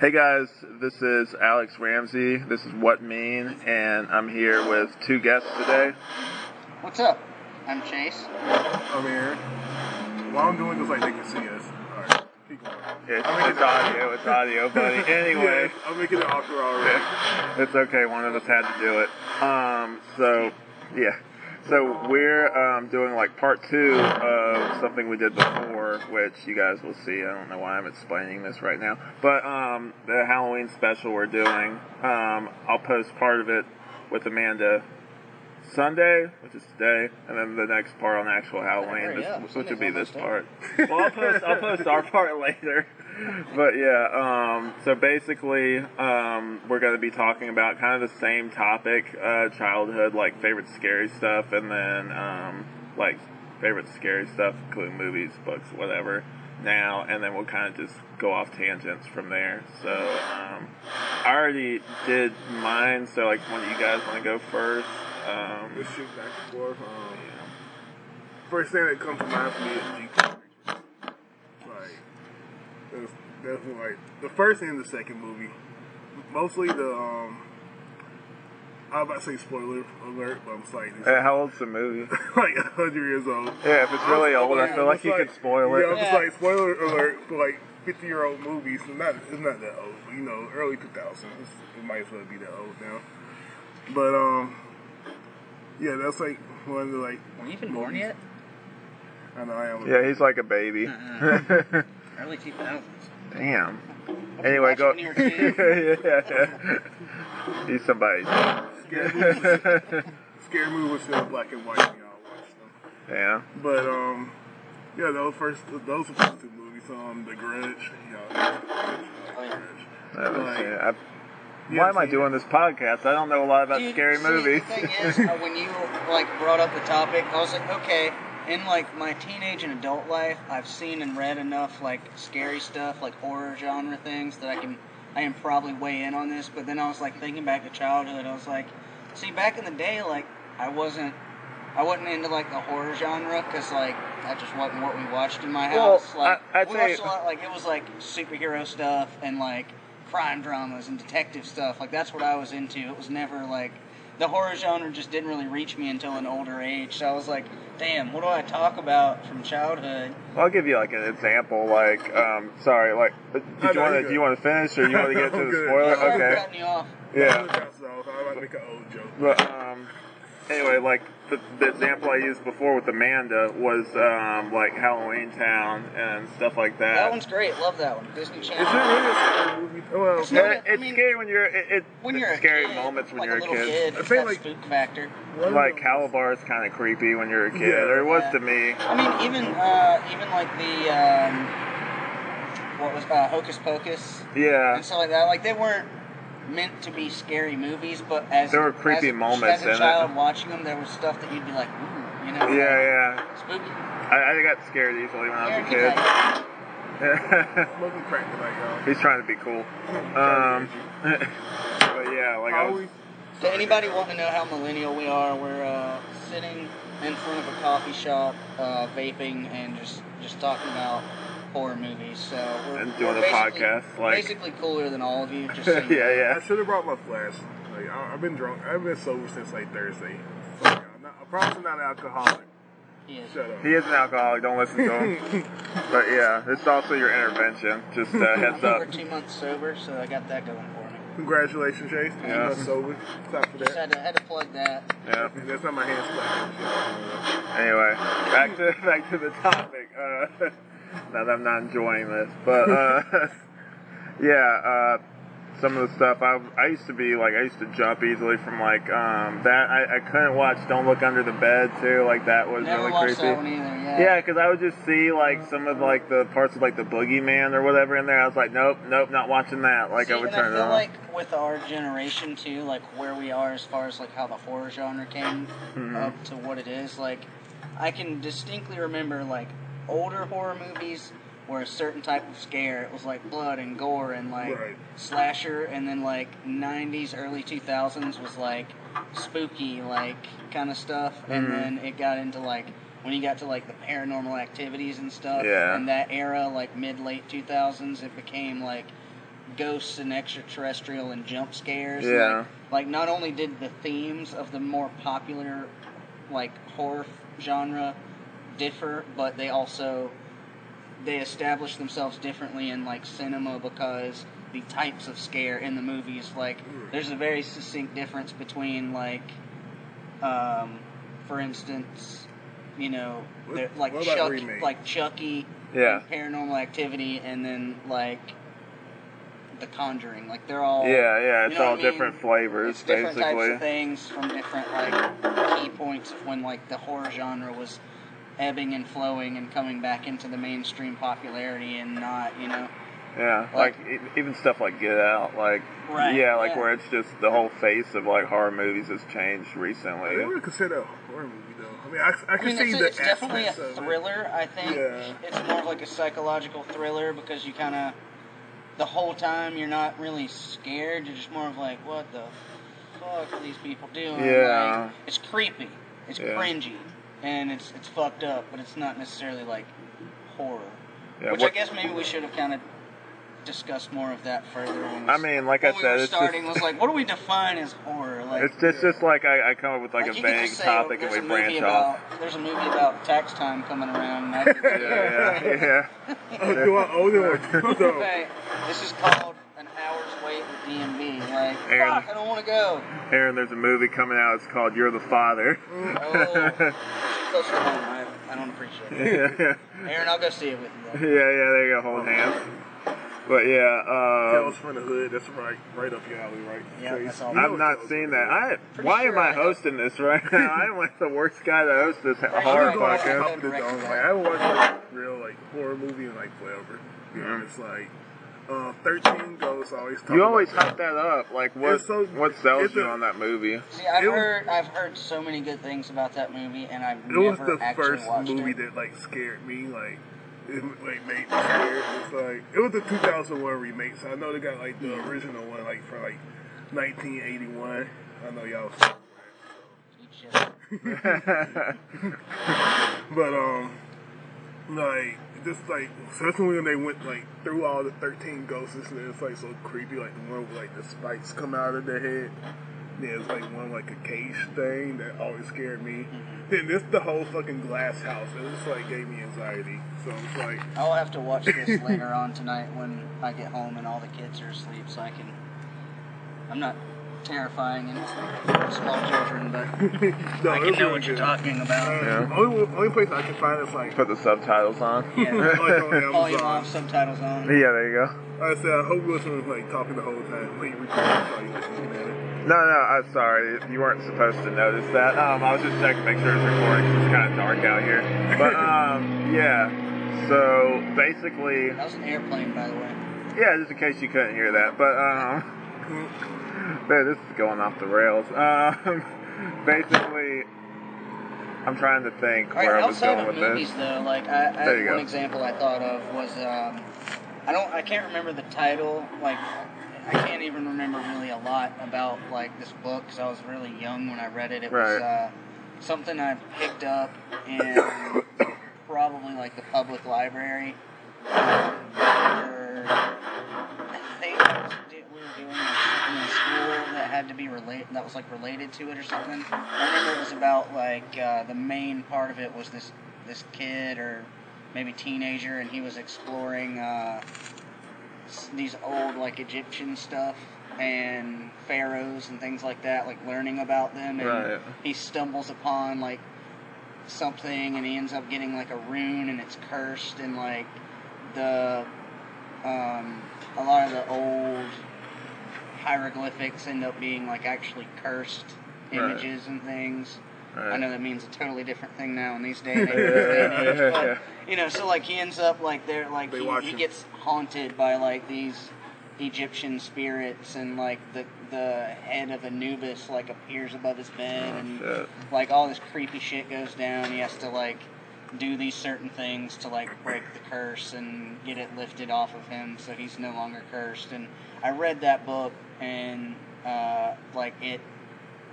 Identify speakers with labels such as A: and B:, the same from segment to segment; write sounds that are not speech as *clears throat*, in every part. A: Hey guys, this is Alex Ramsey. This is What Mean, and I'm here with two guests today.
B: What's up? I'm Chase.
C: I'm Aaron. While I'm doing this, like they can see us. All right, keep going.
A: It's, it's audio, it's audio, buddy.
C: *laughs*
A: Anyway,
C: Yeah, I'm making it awkward already.
A: *laughs* it's okay. One of us had to do it. Um, so yeah, so we're um, doing like part two of something we did before, which you guys will see. I don't know why I'm explaining this right now, but um, the Halloween special we're doing. Um, I'll post part of it with Amanda. Sunday, which is today, and then the next part on actual Halloween,
B: Hurry up.
A: this, which would be this
B: Sunday's
A: part. Well, I'll post, I'll post our part later. But yeah, um, so basically, um, we're going to be talking about kind of the same topic uh, childhood, like favorite scary stuff, and then um, like favorite scary stuff, including movies, books, whatever, now, and then we'll kind of just go off tangents from there. So um, I already did mine, so like, one of you guys want to go first?
C: We'll
A: Um,
C: shoot back and forth. Um,
A: yeah.
C: First thing that comes to mind for me is GTA. Like, that's definitely like the first and the second movie. Mostly the um, I was about to say spoiler alert, but I'm sorry,
A: *laughs*
C: this
A: Hey, how old's the movie?
C: like a hundred years old.
A: Yeah, if it's really old, I feel like you could spoil
C: Yeah,
A: it.
C: it's
B: Yeah.
C: like spoiler alert for like fifty year old movies. Not it's not that old, but you know, early two thousands. It might as well be that old now. But um, yeah, that's like one of the like
B: Were you even born yet?
C: I know I am.
A: Yeah, he's like a baby.
B: Early 2000s.
A: Damn. Anyway, go.
B: Watch when
A: *laughs*
B: you
A: yeah. He's somebody's.
C: Scary movies, scary movies were still black and white. when Y'all watched them.
A: yeah.
C: But um, yeah, those first those were the first two movies. Um, The Grudge. Y'all,
B: Oh,
C: The Grudge.
A: That was-
C: Like,
A: yeah, I-
C: you
A: why am
C: ever
A: I
C: seen
A: doing this podcast? I don't know a lot about
B: Dude,
A: scary
B: see,
A: movies.
B: The thing is, uh, when you like brought up the topic, I was like, okay. In like my teenage and adult life, I've seen and read enough like scary stuff, like horror genre things that I can, I can probably weigh in on this. But then I was like thinking back to childhood, I was like, see, back in the day, like I wasn't, I wasn't into like the horror genre because like that just wasn't what we watched in my
A: Well,
B: house. Like
A: I- I'd
B: we
A: say-
B: watched a lot, like it was like superhero stuff and like crime dramas and detective stuff. Like that's what I was into. It was never like the horror genre just didn't really reach me until an older age. So I was like, damn, what do I talk about from childhood?
A: I'll give you like an example. Like, um, sorry. Like,
C: no,
A: did you
C: you're
A: want to?
C: good.
A: Do you want to finish, or you want to
C: *laughs*
A: get to
C: I'm
A: the
C: good.
A: spoiler?
B: Sorry for
A: Uh, Okay.
B: cutting you off.
A: Yeah.
C: I'm about to make an old joke.
A: But um, anyway, like the, the example I used before with Amanda was um, like Halloween Town and stuff like that.
B: That one's great. Love that one. Disney
C: Is it
B: Channel.
C: really a scary movie? Well,
B: It's
A: Yeah,
B: not-
A: Eh, it's
B: I mean,
A: scary when you're it, it,
B: When
A: it's
B: you're a
A: scary
B: kid,
A: moments when
B: like
A: you're a
B: little
A: kid.
C: I
B: it's
C: feel
B: that
C: like-
B: spook factor.
C: one of
A: Like
C: those-
A: Calabar's kind of creepy when you're a kid,
C: Yeah.
A: or it was
B: Yeah.
A: to me.
B: I mean, even uh, even like the um, what was uh, Hocus Pocus
A: Yeah,
B: and stuff like that. Like they weren't meant to be scary movies, but as
A: There were creepy
B: as,
A: moments
B: as
A: in
B: a
A: it.
B: child watching them, there was stuff that you'd be like, ooh, you know,
A: yeah, yeah.
B: yeah. spooky.
A: I, I got scared easily when I was a
B: You're
A: kid.
B: like,
C: Smoking crack tonight, y'all.
A: *laughs* He's trying to be cool. Um, *laughs* but yeah, like I *laughs* was,
C: Always-
B: To anybody wanting to know how millennial we are, we're uh, sitting in front of a coffee shop, uh, vaping, and just just talking about horror movies. So we're,
A: And doing
B: we're
A: a
B: basically-
A: podcast, like-
B: basically cooler than all of you.
A: *laughs*
B: Just
A: yeah,
B: saying.
C: I
A: yeah.
C: should have brought my flask. Like, I, I've been drunk. I've been sober since like Thursday. So, yeah, I'm, not, I'm probably not an alcoholic.
B: Yeah.
C: Shut up.
A: He is an alcoholic. Don't listen to him. but yeah, this is also your intervention. Just uh,
B: I
A: heads
B: think
A: up.
B: *laughs* we're two months sober, so I got that going for me.
C: Congratulations, Chase.
A: Yeah.
C: You're not sober. Stop for
B: Just
C: that.
B: had to, had to plug that.
A: Yeah.
C: That's not my hand slap.
A: Anyway, back to *laughs* back to the topic. Uh, *laughs* now that I'm not enjoying this, but uh, *laughs* yeah, uh, some of the stuff I I used to be like I used to jump easily from like um, that. I, I couldn't watch Don't Look Under the Bed too. Like that was
B: Never
A: really
B: watched
A: creepy.
B: that one either. Yeah.
A: Yeah, because I would just see like some of like the parts of like the boogeyman or whatever in there. I was like, nope, nope, not watching that. Like
B: See,
A: I would
B: and
A: turn
B: I
A: it
B: feel
A: on.
B: like with our generation too, like where we are as far as like how the horror genre came
A: Mm-hmm.
B: up to what it is, like I can distinctly remember like older horror movies where a certain type of scare it was like blood and gore and like
C: Right.
B: slasher and then like 90s early 2000s was like spooky like kind of stuff and
A: Mm-hmm.
B: then it got into like when you got to like the paranormal activities and stuff
A: Yeah.
B: and that era like mid late 2000s it became like ghosts and extraterrestrial and jump scares. and,
A: Yeah.
B: Like, like, not only did the themes of the more popular like horror f- genre differ, but they also they established themselves differently in like cinema because the types of scare in the movies like
C: Hmm.
B: there's a very succinct difference between like um, for instance you know
C: What-
B: there- like
C: what about
B: Chuck
C: remake?
B: like Chucky
A: Yeah.
B: and Paranormal Activity and then like The Conjuring like they're all
A: Yeah, yeah,
B: you
A: it's
B: know what
A: all
B: I mean?
A: different flavors,
B: It's different types
A: basically.
B: of things from different like key points of when like the horror genre was ebbing and flowing and coming back into the mainstream popularity and not you know
A: Yeah, like,
B: Like-
A: e- even stuff like Get Out, like
B: Right,
A: yeah, like
B: yeah.
A: where it's just the whole face of like horror movies has changed
C: I
A: recently.
C: didn't really consider that a horror movie though. I mean, I, I
B: I
C: can
B: mean,
C: see
B: it's,
C: the
B: it's definitely a
C: aspects of it.
B: thriller. I think
C: Yeah.
B: it's more of like a psychological thriller because you kind of the whole time you're not really scared. You're just more of like, what the fuck are these people doing?
A: Yeah.
B: Like, it's creepy. It's
A: Yeah.
B: cringy, and it's it's fucked up, but it's not necessarily like horror.
A: Yeah,
B: Which
A: what-
B: I guess maybe we should have kind of discussed more of that further. When we
A: I
B: s-
A: mean, like I
B: when we
A: said,
B: were
A: it's just-
B: starting was like, what do we define as horror? Like,
A: It's just, just like I, I come up with like, a
B: you could just
A: vague
B: say,
A: topic and
B: "There's
A: we
B: a movie
A: branch
B: about,
A: off.
B: There's a movie about tax time coming around. And I could do
A: *laughs*
B: it.
A: Yeah, yeah,
B: *laughs*
A: *laughs*
C: Oh, do I owe them one? though?
B: Okay, this is called an hour's wait with DMV. Like,
A: Aaron.
B: fuck, I don't want
A: *laughs*
B: to go.
A: yeah. Aaron, there's a movie coming out. It's called You're the Father. *laughs*
B: Oh, close to home. I, I don't appreciate it.
A: yeah, yeah,
B: Aaron, I'll go see it with you.
A: yeah. They go hold hands. But yeah, um,
C: Tales from the Hood. That's right, right up your alley, right?
B: Yeah,
C: Face.
B: that's all.
C: You know
A: I've not
C: Tales
A: seen
C: from
A: that.
C: the Hood.
A: I
B: Pretty
A: why am
B: sure
A: I
B: I have.
A: hosting this right now? I am like the worst guy to host this horror
B: sure I have.
A: podcast.
C: I'm the dog. Like, I haven't watched a real like horror movie in like forever.
A: Mhm.
C: It's like uh, Thirteen Ghosts. I Always talk
A: You always
C: about
A: hype that up. Like what?
C: It's so-
A: what sells
C: it's
A: you
C: a-
A: on that movie? *laughs*
B: See, I've
C: It was-
B: heard I've heard so many good things about that movie, and I've
C: It
B: never
C: was the
B: actually
C: first
B: watched
C: movie
B: it.
C: that like scared me. Like it like made me scared. It's like it was the 2001 remake, so I know they got like the original one like for like 1981. I know y'all.
B: Just-
C: But um, like just like especially when they went like through all the thirteen ghosts and it's like so creepy. Like the one with like the spikes come out of their head. Then it's like one like a cage thing that always scared me.
B: Mm-hmm.
C: Then this the whole fucking glass house. It just like gave me anxiety. So it's like
B: I'll have to watch this later on tonight when I get home and all the kids are asleep, so I can. I'm not terrifying and small children, but I
C: no, it
B: can
C: was
B: know
C: really
B: what you're
C: good.
B: talking
C: Uh,
B: about.
C: Only only place I can find is like
A: *laughs* Put the subtitles on.
B: Yeah.
C: like on
B: Volume
C: Amazon.
B: off, subtitles
A: *laughs*
B: on.
A: Yeah, there you go.
C: I said I hope Wilson was like talking the whole time. Like recording, so you listening at it.
A: No, no, I'm sorry. You weren't supposed to notice that. Um, I was just checking to make sure it's recording 'cause it's kind of dark out here. But,
C: *laughs*
A: um, yeah. So, basically,
B: That was an airplane, by the way.
A: yeah, just in case you couldn't hear that. But, um, *laughs* man, this is going off the rails. Um, *laughs* basically, I'm trying to think
B: All right,
A: where I was
B: outside
A: going
B: of
A: with
B: movies,
A: this.
B: though, like I, I
A: There you
B: one
A: go.
B: example I thought of was um, I don't I can't remember the title. Like I can't even remember really a lot about like this book because I was really young when I read it. It
A: Right.
B: was uh, something I picked up in *coughs* probably like the public library. um, Or- I think I was do- we were doing like, something in school that had to be related that was like related to it or something. I remember it was about like uh, the main part of it was this this kid or maybe teenager and he was exploring uh, s- these old like Egyptian stuff and pharaohs and things like that, like learning about them and
A: Right.
B: he stumbles upon like something and he ends up getting like a rune and it's cursed and like the um, a lot of the old hieroglyphics end up being like actually cursed
A: Right.
B: images and things. I
A: Right.
B: know that means a totally different thing now
A: *laughs*
B: in these day and age.
A: Yeah, yeah, yeah, yeah.
B: *laughs* but, you know, so like he ends up like there, like
C: They
B: he,
C: watch
B: he
C: him.
B: gets haunted by like these Egyptian spirits, and like the the head of Anubis like appears above his bed, and
A: shit.
B: like all this creepy shit goes down. He has to like do these certain things to like break the curse and get it lifted off of him, so he's no longer cursed. And I read that book, and uh, like it,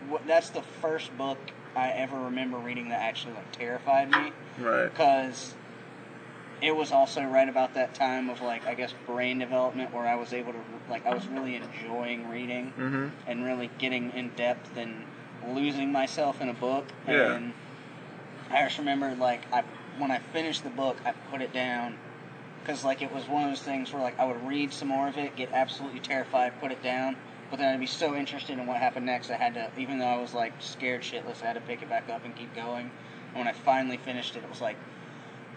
B: w- that's the first book I ever remember reading that actually like terrified me
A: Right.
B: because it was also right about that time of like I guess brain development where I was able to like I was really enjoying reading
A: Mm-hmm.
B: and really getting in depth and losing myself in a book.
A: Yeah.
B: And I just remember like I when I finished the book, I put it down because like it was one of those things where like I would read some more of it, get absolutely terrified, put it down. But then I'd be so interested in what happened next, I had to, even though I was like scared shitless, I had to pick it back up and keep going. And when I finally finished it, it was like,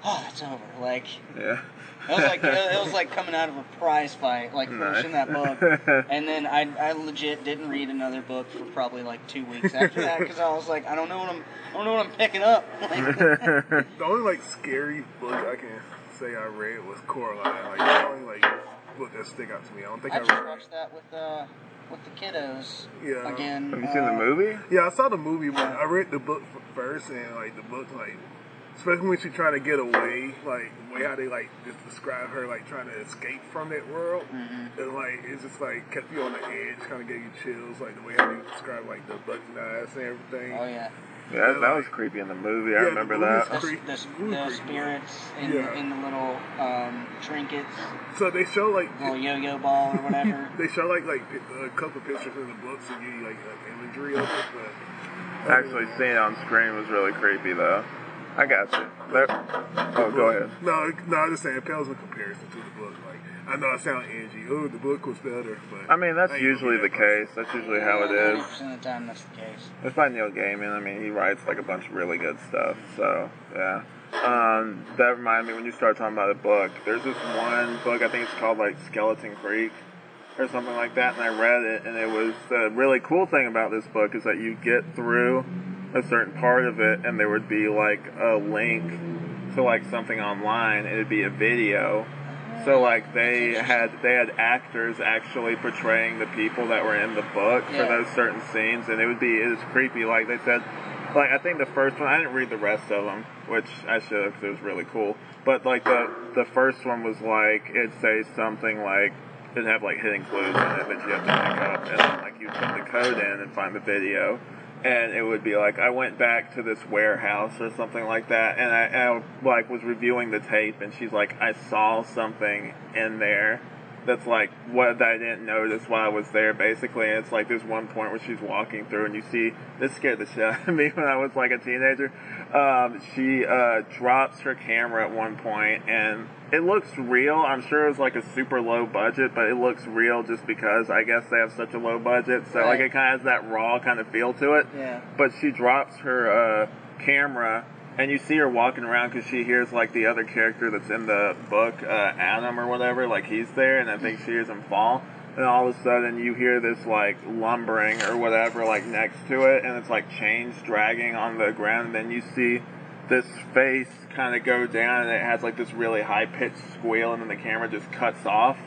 B: oh, it's over. Like
A: Yeah.
B: it was like it was like coming out of a prize fight, like
A: Hmm.
B: finishing
A: *laughs*
B: that book. And then I, I legit didn't read another book for probably like two weeks after that because I was like, I don't know what I'm, I don't know what I'm picking up. *laughs* Like,
C: The only like scary book I can say I read was Coraline. Like the only like book that stick out to me. I don't think I,
B: I just
C: read.
B: watched that with uh, with the kiddos
C: Yeah.
B: again.
A: Have you seen the
B: uh,
A: movie?
C: Yeah, I saw the movie, but I read the book f- first, and like the book, like especially when she trying to get away, like the way how they like just describe her, like trying to escape from that world,
B: Mm-hmm.
C: and like it's just like kept you on the edge, kind of gave you chills, like the way how they describe like the buck knives and everything.
B: Oh yeah,
A: Yeah, that, that was creepy in the movie. I
C: Yeah, the
A: remember
C: movie's
A: that.
B: the,
C: Creep-
B: the,
C: ooh,
B: the
C: creep.
B: spirits in,
C: Yeah.
B: in the little um, trinkets,
C: So they show like
B: the little yo-yo ball or
A: *laughs*
B: whatever.
C: they show like like pi- a couple pictures in the books and give you like, like imagery of it, but um,
A: Actually, seeing it on screen was really creepy, though. I got you. There. Oh, go ahead.
C: No, no, I'm just saying it pales in comparison to the book. Like I know I sound edgy. Oh, the book was better, but
A: I mean, that's
C: ain't gonna
A: usually
C: be
A: the
C: that person.
A: case. That's usually how it is.
B: 90% of the time, that's the case.
A: It's by Neil Gaiman. I mean, he writes like a bunch of really good stuff. So yeah. Um, that reminded me when you started talking about the book. There's this one book I think it's called like Skeleton Creek or something like that, and I read it, and it was the really cool thing about this book is that you get through a certain part of it, and there would be like a link to like something online. and It'd be a video. So like they had they had actors actually portraying the people that were in the book for
B: Yeah.
A: those certain scenes, and it would be it was creepy. Like they said, like I think the first one I didn't read the rest of them, which I should have because it was really cool. But like the the first one was like it'd say something like it'd have like hidden clues in it that you have to pick up, and then like you put the code in and find the video. And it would be like I went back to this warehouse or something like that, and I, and I like was reviewing the tape, and she's like, I saw something in there that's like what I didn't notice while I was there, basically. And it's like there's one point where she's walking through, and you see this scared the shit out of me *laughs* when I was like a teenager. Um, she uh, drops her camera at one point, and it looks real. I'm sure it was like a super low budget, but it looks real just because I guess they have such a low budget. So like
B: Right.
A: it kind of has that raw kind of feel to it
B: Yeah.
A: but she drops her uh, camera and you see her walking around because she hears like the other character that's in the book uh, adam or whatever like he's there and i think she hears him fall and all of a sudden you hear this like lumbering or whatever like next to it and it's like chains dragging on the ground and then you see this face kind of go down and it has like this really high pitched squeal and then the camera just cuts off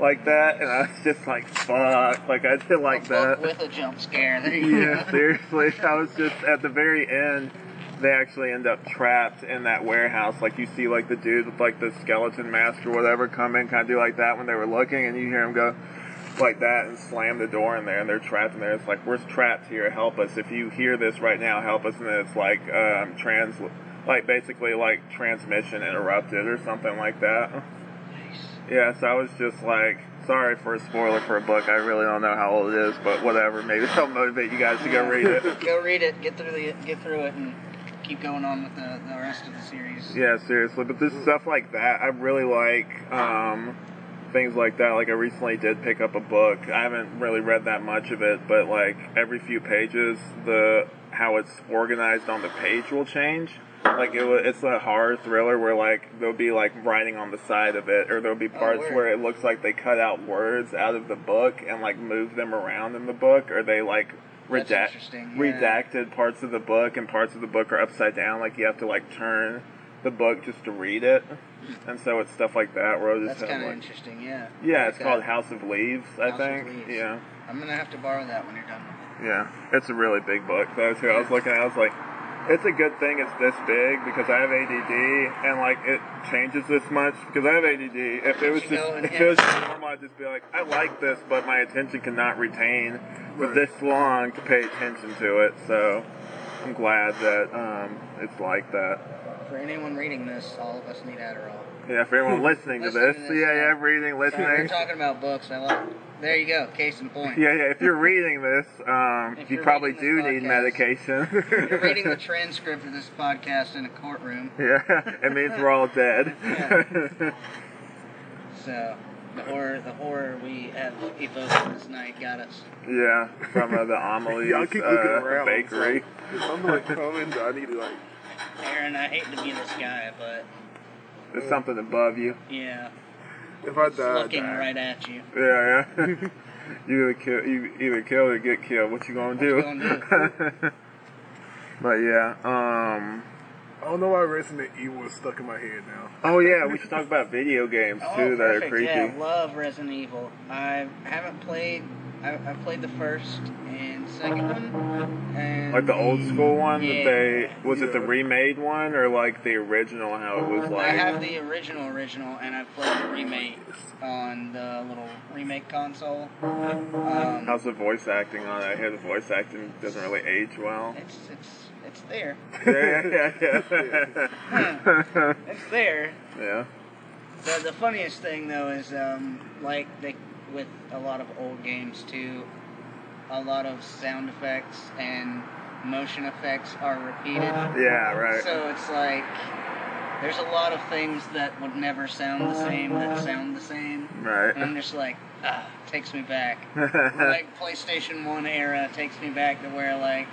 A: like that and i was just like fuck like i did like
B: A
A: that
B: book with a jump scare. There you
A: *laughs*
B: go.
A: yeah, seriously. I was just at the very end. They actually end up trapped in that warehouse. Like you see, like the dude with like the skeleton mask or whatever come in, kind of do like that when they were looking, and you hear him go like that and slam the door in there, and they're trapped in there. It's like we're trapped here. Help us! If you hear this right now, help us. And then it's like um, trans, like basically like transmission interrupted or something like that. Yeah, so I was just like, sorry for a spoiler for a book. I really don't know how old it is, but whatever. Maybe *laughs* it'll motivate you guys to go read it.
B: *laughs* Go read it. Get through the get through it and keep going on with the, the rest of the series.
A: Yeah, seriously. But this stuff like that, I really like um, things like that. Like, I recently did pick up a book. I haven't really read that much of it, but like every few pages, the how it's organized on the page will change. Like it, wa- it's a horror thriller where like there'll be like writing on the side of it, or there'll be parts
B: Oh, word.
A: where it looks like they cut out words out of the book and like move them around in the book, or they like
B: That's
A: redact
B: interesting, yeah.
A: redacted parts of the book and parts of the book are upside down. Like you have to like turn the book just to read it, and so it's stuff like that. Where I was
B: That's
A: just
B: kind of
A: like,
B: interesting. Yeah.
A: yeah, it's
B: Okay.
A: called House of Leaves, I
B: House of
A: think.
B: Leaves.
A: Yeah,
B: I'm gonna have to borrow that when you're done. with
A: yeah, it's a really big book though. Too, I was looking at, it, I was like. It's a good thing it's this big because I have ADD and like it changes this much because I have ADD. If it was
B: You
A: just
B: know, and-
A: if it was just normal, I'd just be like, I like this, but my attention cannot retain for
C: Right.
A: this long to pay attention to it. So I'm glad that um, it's like that.
B: it. For anyone reading this, all of us need Adderall.
A: Yeah, for anyone listening to
B: Hmm. Listening
A: this,
B: to this,
A: yeah,
B: yeah.
A: yeah, reading,
B: Sorry, we're
A: listening.
B: talking about books. I love. There you go. Case in point.
A: Yeah, yeah. If you're reading this, um,
B: *laughs* If
A: you
B: you're
A: probably do
B: reading this
A: need
B: podcast.
A: medication.
B: You're
A: *laughs*
B: reading the transcript of this podcast in a courtroom.
A: yeah, it means we're all dead.
B: Yeah. So the horror, the horror we have evoked this night got us.
A: *laughs* yeah, from uh, the Amelie's
C: Y'all keep
A: uh,
C: looking around.
A: bakery.
C: It's like, I'm like coming. I need to like.
B: Aaron, I hate to be this guy, but
A: There's something above
B: *laughs*
A: you.
B: yeah,
C: If I
B: it's
C: die, I
B: looking
C: die.
B: right at you.
A: Yeah, yeah. *laughs* you either kill, you either kill or get killed. What you gonna do?
B: you gonna
A: *laughs* but yeah. Um.
C: I don't know why Resident Evil is stuck in my head now.
A: Oh yeah, we should talk about video games
B: Oh,
A: too that are
B: perfect.
A: creepy.
B: Yeah, love Resident Evil. I haven't played. I, I played the first and second one. And
A: Like the old school one that
B: Yeah.
A: they was it the
C: Yeah.
A: remade one or like the original how it was
B: I
A: like
B: have the original original, and I played the remake on the little remake console. Um,
A: how's the voice acting on it? I hear the voice acting doesn't really age well.
B: it's it's it's there. *clears throat*
A: yeah, yeah, *laughs* yeah.
B: It's there.
A: yeah.
B: The, the funniest thing though is um, like they with a lot of old games too, a lot of sound effects and motion effects are repeated.
A: Yeah, right.
B: So it's like there's a lot of things that would never sound the same that sound the same. And I'm
A: *laughs* right.
B: just like, ah, takes me back. like PlayStation One era takes me back to where like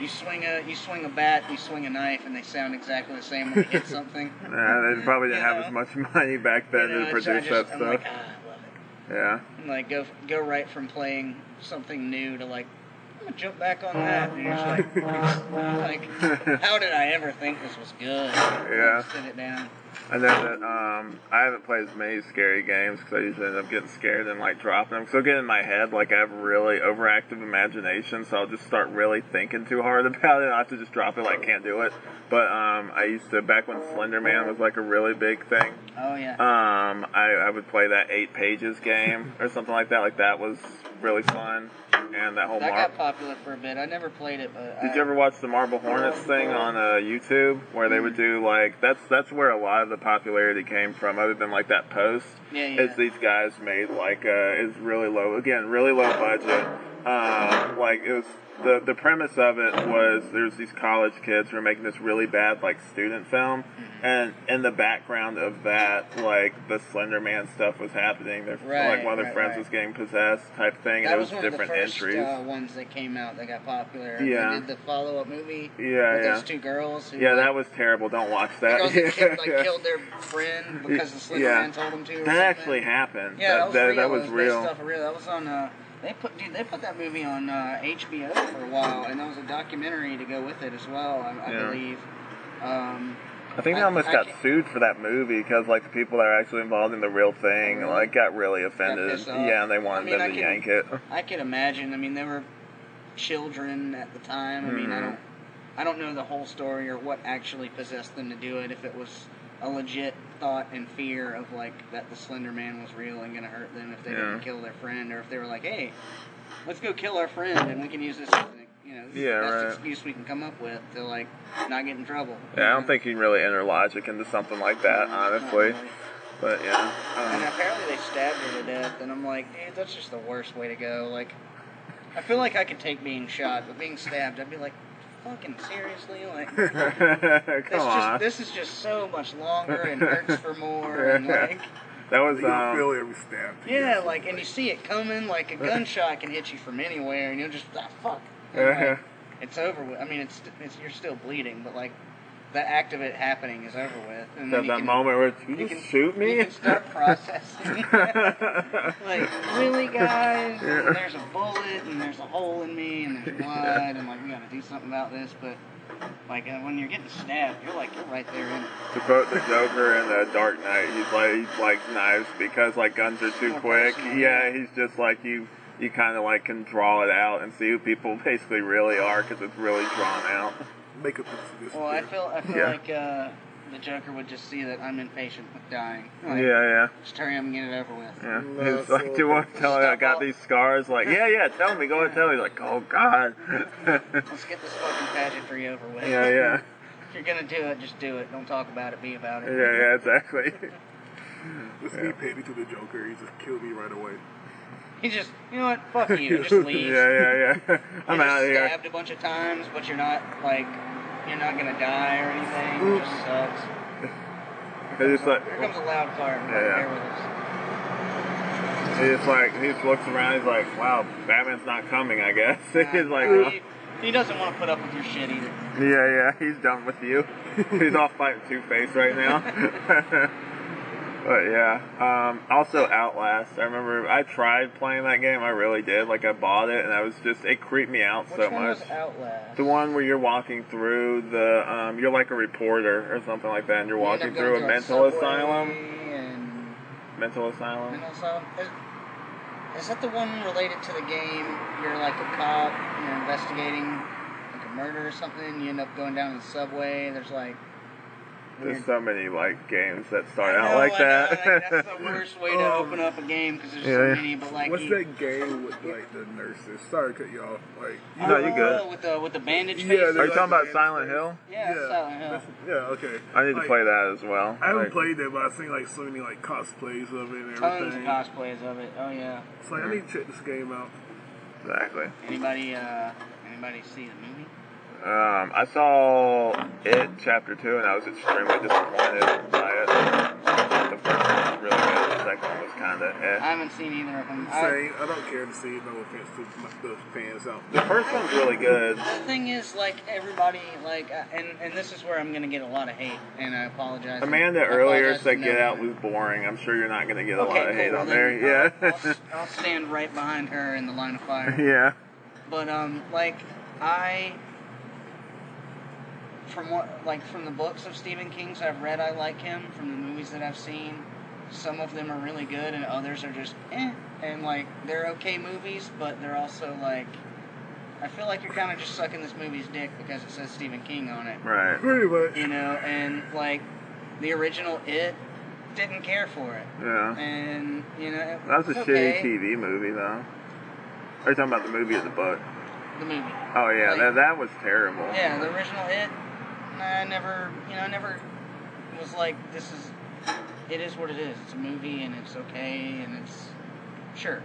B: you swing a you swing a bat, you swing a knife, and they sound exactly the same when they hit something.
A: Yeah, they probably didn't
B: You
A: have
B: know?
A: as much *laughs* money back then
B: You know,
A: to
B: it's-
A: produce
B: I
A: that
B: just- I'm
A: stuff.
B: Like, ah, I love it.
A: yeah.
B: And like go go right from playing something new to like I'm gonna jump back on that, and you're just like, *laughs* like how did I ever think this was good?
A: Yeah.
B: Sit it down.
A: And then um, I haven't played as many scary games because I usually end up getting scared and like dropping them. So I get in my head like I have a really overactive imagination, so I'll just start really thinking too hard *laughs* about it. And I have to just drop it like can't do it. But um, I used to back when Slender Man was like a really big thing.
B: Oh yeah.
A: Um, I, I would play that eight pages game or something like that. Like that was really fun, and that whole
B: that
A: mar-
B: got popular for a bit. I never played it, but
A: did
B: I,
A: you ever watch the Marble Hornets thing on uh, YouTube, where they would do like that's that's where a lot of the popularity came from, other than like that post.
B: Yeah, yeah.
A: Is these guys made like uh, it's really low again, really low budget. Um, like it was the the premise of it was there's these college kids who are making this really bad like student film,
B: Mm-hmm.
A: and in the background of that like the Slender Man stuff was happening. Their, like
B: Right,
A: one of their
B: right,
A: friends
B: right.
A: was getting possessed type thing,
B: that
A: and it
B: was one of the
A: different
B: first
A: entries.
B: uh, ones that came out that got popular. They
A: Yeah.
B: did the follow-up movie
A: Yeah,
B: with
A: yeah.
B: those two girls. Who,
A: yeah,
B: like,
A: that was terrible. Don't watch that.
B: girls that killed,
A: *laughs*
B: like,
A: Yeah.
B: killed their friend because the Slender
A: Yeah.
B: Man told them to. Or
A: That
B: something.
A: actually happened.
B: Yeah, that, was real.
A: that was
B: It based
A: real.
B: off of real. That was on. Uh, they put dude, they put that movie on uh, HBO for a while, and there was a documentary to go with it as well. I, I
A: Yeah.
B: believe. Um,
A: I think they
B: I-
A: almost
B: I
A: got
B: can't-
A: sued for that movie because like the people that are actually involved in the real thing like got really offended.
B: Mm-hmm. pissed off.
A: yeah, and they
B: I
A: wanted
B: mean, I
A: them to
B: can-
A: yank it.
B: I can imagine. I mean, there were children at the time. I
A: Mm-hmm.
B: mean, I don't, I don't know the whole story or what actually possessed them to do it. If it was a legit thought and fear of like that the Slender Man was real and gonna hurt them if they
A: Yeah.
B: didn't kill their friend, or if they were like, hey, let's go kill our friend and we can use this. as an- You know, this is
A: Yeah,
B: the best
A: right.
B: excuse we can come up with to like not get in trouble.
A: Yeah, I don't think you can really enter logic into something like that,
B: Not
A: Uh, honestly.
B: really.
A: But yeah, *laughs*
B: And
A: um,
B: apparently they stabbed her to death, and I'm like, dude, that's just the worst way to go. Like, I feel like I could take being shot, but being stabbed, I'd be like, fucking seriously, like, this
A: come on.
B: just this is just so much longer and hurts for more, and like,
A: that was
C: You can
A: um, *laughs*
C: feel every stab.
B: yeah, like, and you see it coming, like a gunshot can hit you from anywhere, and you'll just ah, fuck. And,
A: Uh-huh.
B: like, it's over with. I mean, it's, it's you're still bleeding, but like, the act of it happening is over with, and
A: that,
B: then you
A: that
B: can,
A: moment where it's, you,
B: you
A: just
B: can-
A: shoot me.
B: You can start processing.
A: *laughs*
B: Like, really, guys?
A: Yeah.
B: There's a bullet, and there's a hole in me, and there's blood, and like, we gotta do something about this. But, like, uh, when you're getting stabbed, you're like, you're right there in it.
A: To quote the Joker in the Dark Knight, he's like he likes knives because like guns are too
B: More
A: quick.
B: personal,
A: Yeah,
B: yeah.
A: he's just like you. You kind of like can draw it out and see who people *laughs* basically really are because it's really drawn out.
C: Make up this. this
B: Well, I
C: here.
B: feel, I feel
A: Yeah.
B: like uh, the Joker would just see that I'm impatient with dying. Like,
A: yeah,
B: Just hurry up and get it over with.
A: yeah, yeah.
C: No,
A: He's like,
C: so-
A: do you want to tell me I
B: Stop
A: got
B: all-
A: these scars? Like, yeah, yeah, tell me, go ahead and tell me. He's like, oh god. *laughs*
B: Let's get this fucking pageantry over with.
A: yeah, yeah.
B: *laughs* If you're gonna do it, just do it. Don't talk about it. Be about
A: Yeah,
B: it.
A: yeah, exactly.
C: This is me pity to the Joker. He just killed me right away.
B: He just, you know what? Fuck you.
A: *laughs*
B: Just leaves.
A: yeah, yeah, yeah.
B: You're
A: I'm
B: just
A: out of here.
B: Stabbed a bunch of times, but you're not like, you're not gonna die or anything. It just sucks.
A: It's just like
B: Here comes a loud car right
A: Yeah, yeah.
B: there with us.
A: He's like, he just looks around. He's like, wow, Batman's not coming. I guess. *laughs* he's like,
B: Uh,
A: "Well,
B: he, he doesn't want to put up with your shit either.
A: yeah, yeah, he's done with you. *laughs* he's off fighting Two Face right now. *laughs* but yeah, um, also Outlast. I remember I tried playing that game. I really did. Like I bought it, and I was just it creeped me out
B: Which
A: so
B: one
A: much.
B: was Outlast?
A: The one where you're walking through the, um, you're like a reporter or something like that, and you're
B: You end
A: walking
B: up
A: through a
B: going to, like,
A: mental
B: Subway
A: asylum.
B: and
A: Mental asylum.
B: mental asylum. Is, is that the one related to the game? You're like a cop. and You're investigating like a murder or something. You end up going down in the subway. There's like
A: There's so many like games that start
B: I
A: out
B: know,
A: like
B: I
A: that.
B: know,
A: *laughs*
B: like, that's the worst way to
C: Um,
B: open up a game because there's
A: yeah, yeah.
B: so many. But like,
C: What's
B: you,
C: that game with like the nurses? Sorry to cut you off. Like, you
B: Oh,
A: No, you good.
B: With the with the bandage
C: Yeah,
B: face.
A: Are
C: they're
A: you
C: like
A: talking about
C: the-
A: Silent Hill?
B: yeah, that's Silent Hill.
C: that's- yeah, okay.
A: I need to
C: Like,
A: play that as well.
C: I haven't
A: Like,
C: played that, but I've seen like so many like cosplays of it and
B: Tons of
C: everything.
B: cosplays of it. Oh yeah.
C: It's like I need to check this game out.
A: Exactly.
B: Anybody uh anybody see the movie?
A: Um, I saw it chapter two, and I was extremely disappointed by it. The first one was really good. The second one was kind of
B: I
A: eh.
B: haven't seen either of them. I,
C: Same. I don't care to see it. No offense to my- the fans out
A: The first one's really good.
B: the thing is, like everybody, like, uh, and and this is where I'm gonna get a lot of hate, and I apologize.
A: Amanda
B: I
A: earlier
B: apologize to
A: said Get
B: no
A: Out
B: one.
A: was boring. I'm sure you're not going to get a
B: Okay,
A: lot of
B: cool,
A: hate on
B: then
A: there.
B: I'll-
A: Yeah.
B: I'll, s- I'll stand right behind her in the line of fire.
A: *laughs* yeah.
B: But um, like I, from what like from the books of Stephen King's I've read, I like him. From the movies that I've seen, some of them are really good, and others are just eh. And like they're okay movies, but they're also like, I feel like you're kind of just sucking this movie's dick because it says Stephen King on it,
A: Right.
C: Pretty much.
B: you know. And like the original It didn't care for it,
A: Yeah.
B: and you know it-
A: That was a
B: it's
A: shitty
B: okay,
A: TV movie, though. Are you talking about the movie or the book?
B: The movie.
A: Oh yeah,
B: Like-
A: that that was terrible.
B: Yeah, the original It. I never, you know, I never was like, this is, it is what it is. It's a movie and it's okay and it's, sure.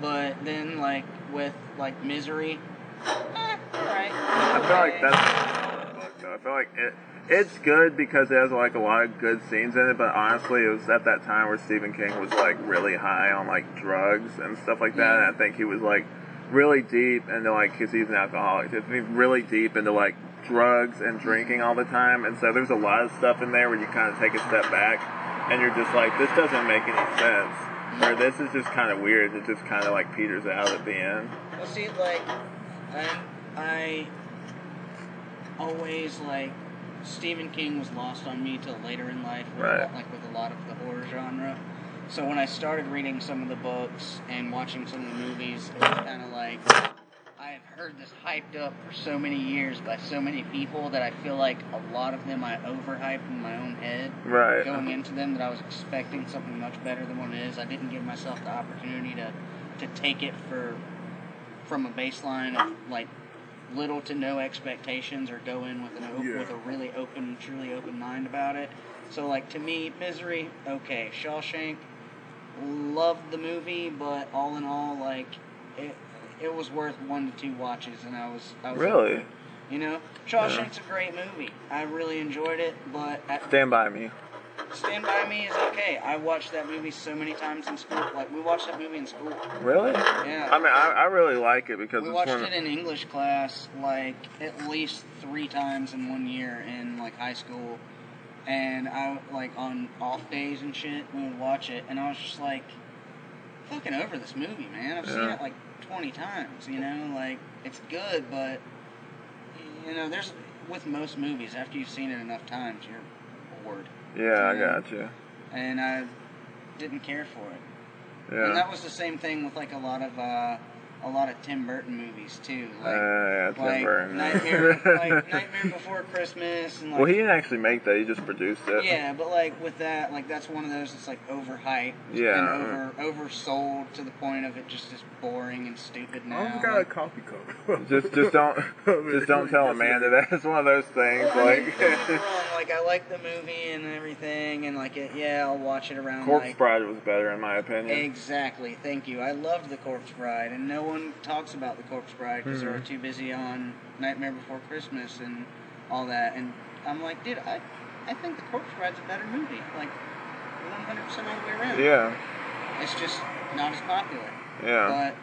B: But then, like, with, like, Misery, eh, alright.
A: I feel like that's look, though. I feel like it. It's good because it has like a lot of good scenes in it, but honestly, it was at that time where Stephen King was like really high on like drugs and stuff like that. And I think he was like really deep into like because he's an alcoholic. He's really deep into like drugs and drinking all the time, and so there's a lot of stuff in there where you kind of take a step back and you're just like, this doesn't make any sense. Or this is just kind of weird. It just kind of like peters out at the end.
B: Well, see, like, I, I always like Stephen King was lost on me till later in life, with a lot-
A: Right.
B: like with a lot of the horror genre. So when I started reading some of the books and watching some of the movies, it was kind of like I have heard this hyped up for so many years by so many people that I feel like a lot of them I overhyped in my own head
A: Right.
B: going into them that I was expecting something much better than what it is. I didn't give myself the opportunity to, to take it for from a baseline of like little to no expectations or go in with an op-
C: Yeah.
B: with a really open, truly open mind about it. So like to me, Misery, okay, Shawshank, loved the movie, but all in all, like it it was worth one to two watches, and I was I was
A: Really?
B: you know Shawshank's a great movie. I really enjoyed it, but at
A: Stand by me.
B: Stand by Me is okay. I watched that movie so many times in school. Like we watched that movie in school.
A: Really?
B: Yeah.
A: I mean, I, I really like it because
B: we
A: it's
B: watched
A: one.
B: it in English class like at least three times in one year in like high school, and I like on off days and shit we would watch it, and I was just like, fucking over this movie, man. I've seen
A: Yeah.
B: it like twenty times. You know, like it's good, but you know, there's with most movies after you've seen it enough times, you're bored,
A: yeah, I got you.
B: and I didn't care for it. And
A: Yeah.
B: that was the same thing with like a lot of uh, a lot of Tim Burton movies too,
A: Uh,
B: like
A: yeah, Tim
B: like
A: Burton.
B: Nightmare,
A: *laughs*
B: like Nightmare Before Christmas, and like
A: well, he didn't actually make that. He just produced it.
B: yeah, but like with that, like that's one of those that's like overhyped,
A: Yeah. uh-huh.
B: and over oversold to the point of it just is boring and
A: Oh,
B: stupid
C: I
B: now.
C: almost got a
B: Like,
C: coffee cup. *laughs*
A: Just, just
B: *laughs*
A: don't, just don't tell Amanda that. It's one of those things.
B: well, I mean,
A: Like,
B: don't get me wrong, like I like the movie and everything, and like it, yeah, I'll watch it around.
A: Corpse
B: like,
A: Bride was better in my opinion.
B: Exactly. Thank you. I loved the Corpse Bride, and no one talks about the Corpse Bride because
A: Mhm.
B: they're too busy on Nightmare Before Christmas and all that. And I'm like, dude, I, I think the Corpse Bride's a better movie. Like, 100% all the way around.
A: Yeah,
B: It's just not as popular.
A: yeah.
B: But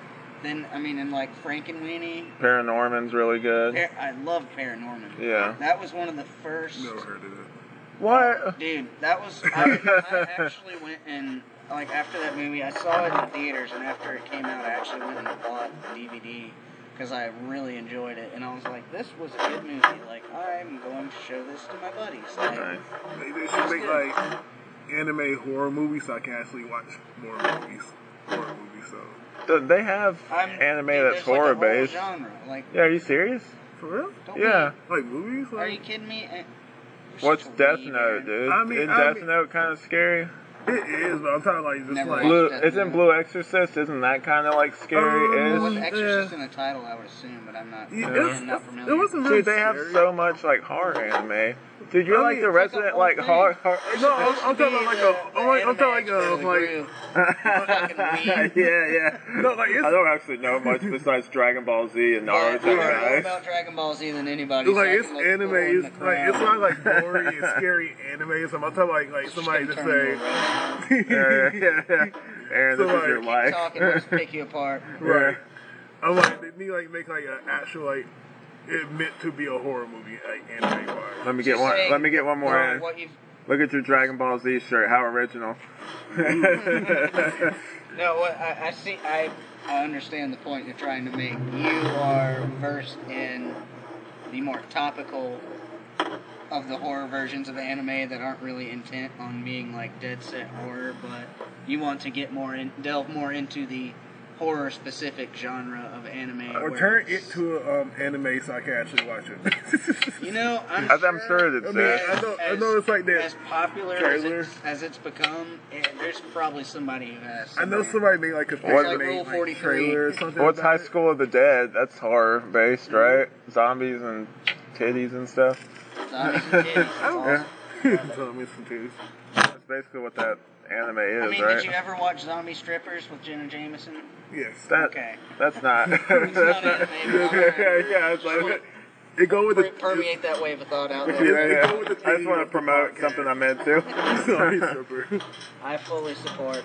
B: then, I mean, and like Frank and Weenie,
A: Paranorman's really good.
B: Par- I love Paranorman.
A: Yeah.
B: That was one of the first.
C: Never heard of that.
A: What?
B: Dude, that was.
A: *laughs*
B: I, I actually went and like after that movie, I saw it in theaters, and after it came out, I actually went and bought the DVD because I really enjoyed it, and I was like, this was a good movie. Like I'm going to show this to my buddies. Like,
A: Nice.
C: They, they should make like anime horror movies so I can actually watch more movies. Horror movies, so.
A: So They have
B: I'm,
A: anime
B: dude,
A: that's
B: there's, like, a
A: horror
B: whole
A: based.
B: Genre. Like,
A: Yeah, are you serious?
C: For real?
B: don't be-
A: Yeah.
C: Like movies? Like,
B: are you kidding me? Eh, you're
A: What's
B: such a
A: Death
B: weeb,
A: Note,
B: man.
A: dude?
C: I mean-
A: Is
C: I
A: Death
C: mean-
A: Note kind of scary?
C: It is, but I'm talking like just
B: Never
C: like.
B: watched
A: Blue,
B: Death
A: isn't
B: Note.
A: Blue Exorcist? Isn't that kind of like scary?
C: Um,
B: With
A: Ish.
C: Yeah.
B: Exorcist in the title, I would assume, but I'm not.
C: Yeah,
A: it's-
B: I'm not familiar.
C: It wasn't really
A: Dude, they have
C: scary.
A: so much like horror anime. Dude, you're
C: I
A: like
C: mean,
A: the
C: it's like
A: resident
B: whole
A: like
B: thing.
A: horror. horror
C: No, I'm, I'm talking about like a. I'm, like, I'm
B: anime
C: talking like
B: expert
C: a.
B: of the
C: Like,
B: group.
C: *laughs*
A: *laughs* yeah, yeah.
C: No, like, it's-
A: I don't actually know much besides Dragon Ball Z and
B: Yeah,
A: Naruto.
B: I know more
A: right?
B: about Dragon Ball Z than anybody.
C: it's
B: so
C: like
B: I
C: it's
B: can, like,
C: anime.
B: pull in
C: It's
B: the
C: like it's
B: crowd.
A: *laughs*
C: not like gory and scary anime. So I'm talking like like
B: Just
C: somebody
B: gonna
C: just
B: turn you
C: say.
B: around.
A: *laughs* yeah, yeah, yeah. Aaron,
C: So,
A: this is
C: like,
A: your
C: keep
A: life. *laughs*
B: Talking, let's pick you
C: *laughs*
B: apart.
C: Right. I'm like, they need like make like an actual like it meant to be a horror movie like anime part.
A: Let me get
B: Just
A: one.
B: saying,
A: Let me get one more
B: well,
A: in.
B: What you've,
A: Look at your Dragon Ball Z shirt. How original. *laughs*
B: no, what I, I see, I, I understand the point you're trying to make. You are versed in the more topical of the horror versions of anime that aren't really intent on being like dead set horror, but you want to get more in, delve more into the horror specific genre of anime.
C: Or
B: where
C: turn it
B: it's-
C: to a, um, anime so I can actually watch it. *laughs*
B: You know, I'm,
A: As I'm sure
C: I
A: that's
C: mean,
A: it.
C: I know, I know it's like
B: As
C: that.
B: popular as
C: trailer.
B: it's, as it's become, eh, there's probably somebody who has.
C: I know somebody made like a
A: What-
C: like,
B: Rule
C: like
B: 43.
C: trailer or something.
A: What's
C: about
A: High
C: it.
A: School of the Dead? That's horror based, right? Zombies and titties and stuff. *laughs*
B: Zombies and titties, that's awesome.
A: Yeah.
C: Zombies and titties.
A: That's basically what that anime is,
B: I mean,
A: right?
B: did you ever watch Zombie Strippers with Jenna Jameson?
C: *laughs* Yes.
A: that,
B: Okay.
A: That's
B: *laughs*
A: not. that's *laughs*
B: not
A: not.
B: anime, but
A: yeah, yeah,
B: alright.
A: yeah, it's
B: Just
A: like-
B: wanna-
C: It go with the
B: Per- permeate that wave of thought out
A: yeah,
B: there.
A: yeah.
C: Go with the
A: I just want
C: theme of
A: to
C: the
A: promote
C: podcast.
A: something I'm *laughs* into.
C: *laughs* Sorry, stripper.
B: I fully support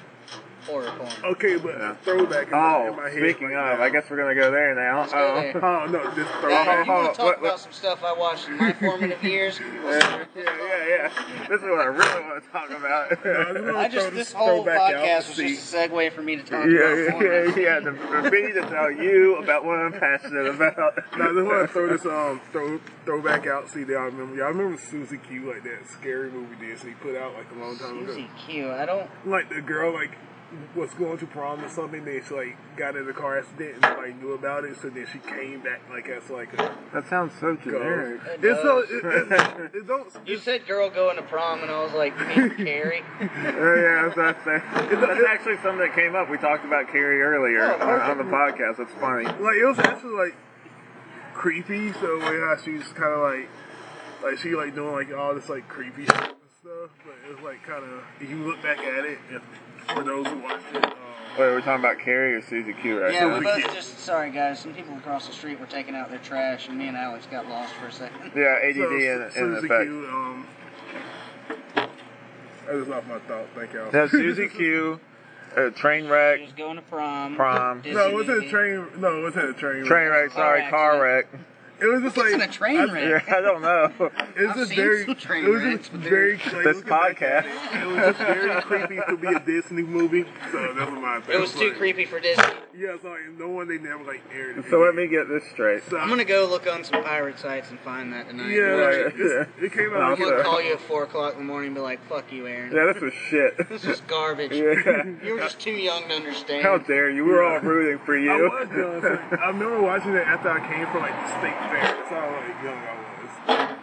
B: horror porn.
C: Okay, but
A: Yeah.
C: throwback. is in
A: Oh,
C: my head
A: speaking
C: right
A: of,
C: now.
A: I guess we're gonna go there now.
B: Let's go
A: oh.
B: there.
C: *laughs* Oh no, just
B: Hey,
C: throwback.
B: if you want
A: oh,
B: to
A: what-
B: talk
A: what-
B: about some stuff I watched
C: *laughs*
B: in my formative years? we'll
A: Yeah,
B: start
A: yeah,
B: this
A: *laughs* yeah, yeah. This is what I really want to talk about. *laughs*
C: gonna
B: I just
C: throw
B: this whole
C: throwback out
B: podcast was
C: to
B: just a segue for me to talk
A: Yeah,
B: about
A: yeah,
B: porn.
A: yeah, *laughs* yeah. The, for me to tell you about what I'm passionate about. *laughs*
C: Now, I just want to throw this um throw throwback out. See, y'all remember y'all remember Susie Q like that scary movie Disney put out like a long *laughs* time ago.
B: Susie Q. I don't.
C: Like the girl like was going to prom or something, then she like got in a car accident and nobody knew about it. So then she came back like as like a
A: That sounds so generic.
C: ghost.
B: It
C: It's so
B: does.
C: it, it, it don't
B: You said girl going to prom, and I was like, me and Carrie.
A: Yeah, Oh, yeah, that's what I say. That's actually something that came up. We talked about Carrie earlier
C: Oh,
A: on, on the podcast. That's funny.
C: like it was actually like creepy. So like how she was kind of like like she like doing like all this like creepy shit and stuff. But it was like kind of if you look back at it, if, for those who watched it, um,
A: Wait, we're talking about Carrie or Susie Q right
B: *laughs* Yeah,
A: now?
B: we
C: Susie
B: both
C: Q.
B: just sorry guys. Some people across the street were taking out their trash, and me and Alex got lost for a second. *laughs*
A: Yeah, ADD
C: so
A: in, in
C: Suzy
A: effect.
C: Q, um, I just lost my thought. Thank y'all. *laughs*
A: Now, Susie Q, uh, train wreck,
B: She was going to prom.
A: Prom.
B: Disney
C: no, it wasn't a
B: movie.
C: train. No, it wasn't a train.
A: train wreck, sorry,
B: Car
A: car wreck.
C: it was just
B: It's in a
C: like
B: train
A: Yeah,
B: wreck.
A: I don't know.
C: It was
B: I've
C: just
B: seen
C: very,
B: some train
C: it was
B: wrecks,
C: just
B: but they're-
C: very clear.
A: This
C: Looking back at
A: podcast.
C: It, it was just very creepy to be a Disney movie. So that's what my
B: It was too
C: like,
B: creepy for Disney.
C: Yeah, it's like no one they never like aired. it.
A: So let me get this straight.
C: So,
B: I'm gonna go look on some pirate sites and find that tonight.
C: Yeah,
B: Watch
C: like,
B: it.
C: it's- it came
A: No,
C: out.
A: I'm
B: I'm
A: sorry.
B: gonna call you at four o'clock in the morning and be like, "Fuck you, Aaron.
A: Yeah, this was shit.
B: This is garbage.
A: Yeah.
B: You were just too young to understand."
A: How dare you? We were all rooting for
C: I
A: you.
C: was young. so I remember watching it after I came from like the state fair. That's how like young I was.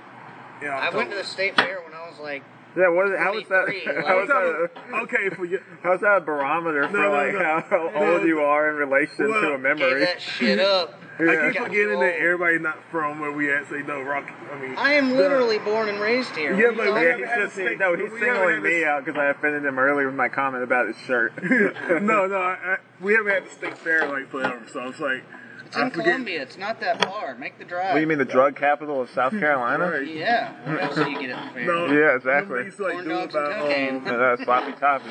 C: Yeah,
B: I went to the
C: *laughs*
B: state fair when I was like,
A: Yeah, what, how was that?
B: 23, like-
A: How was
B: *laughs*
A: that?
C: okay for you.
A: How's that a barometer for
C: No, no,
A: like
C: no.
A: how
C: No,
A: old you
C: no.
A: are in relation
C: Well,
A: to a
B: "Gave
A: memory?
B: that shit up."
A: Yeah.
C: I keep
B: Got
C: forgetting
B: too
C: that
B: old.
C: everybody not from where we at. Say no, Rocky. I mean,
B: I am
C: no.
B: literally born and raised here.
C: Yeah,
B: What are you
C: but-
B: talking
A: Yeah,
C: we
A: he's
C: had
A: just,
C: a steak-
A: no, he's
C: we haven't
A: singling
C: had a-
A: me out because I offended him earlier with my comment about his shirt.
C: *laughs* no, no. I, I, we haven't had the state fair like forever, so I was like,
B: It's
C: I
B: in
C: forget-
B: Columbia. It's not that far. Make the drive.
A: What do you mean, the drug capital of *laughs* South Carolina?
C: *laughs* Right.
B: Yeah. What else do you get at the fair?
C: No,
A: Yeah, exactly.
C: remember They used to like
B: Corn
C: do
B: dogs and
C: about
B: cocaine. *laughs*
C: um,
A: No, no, sloppy toppy.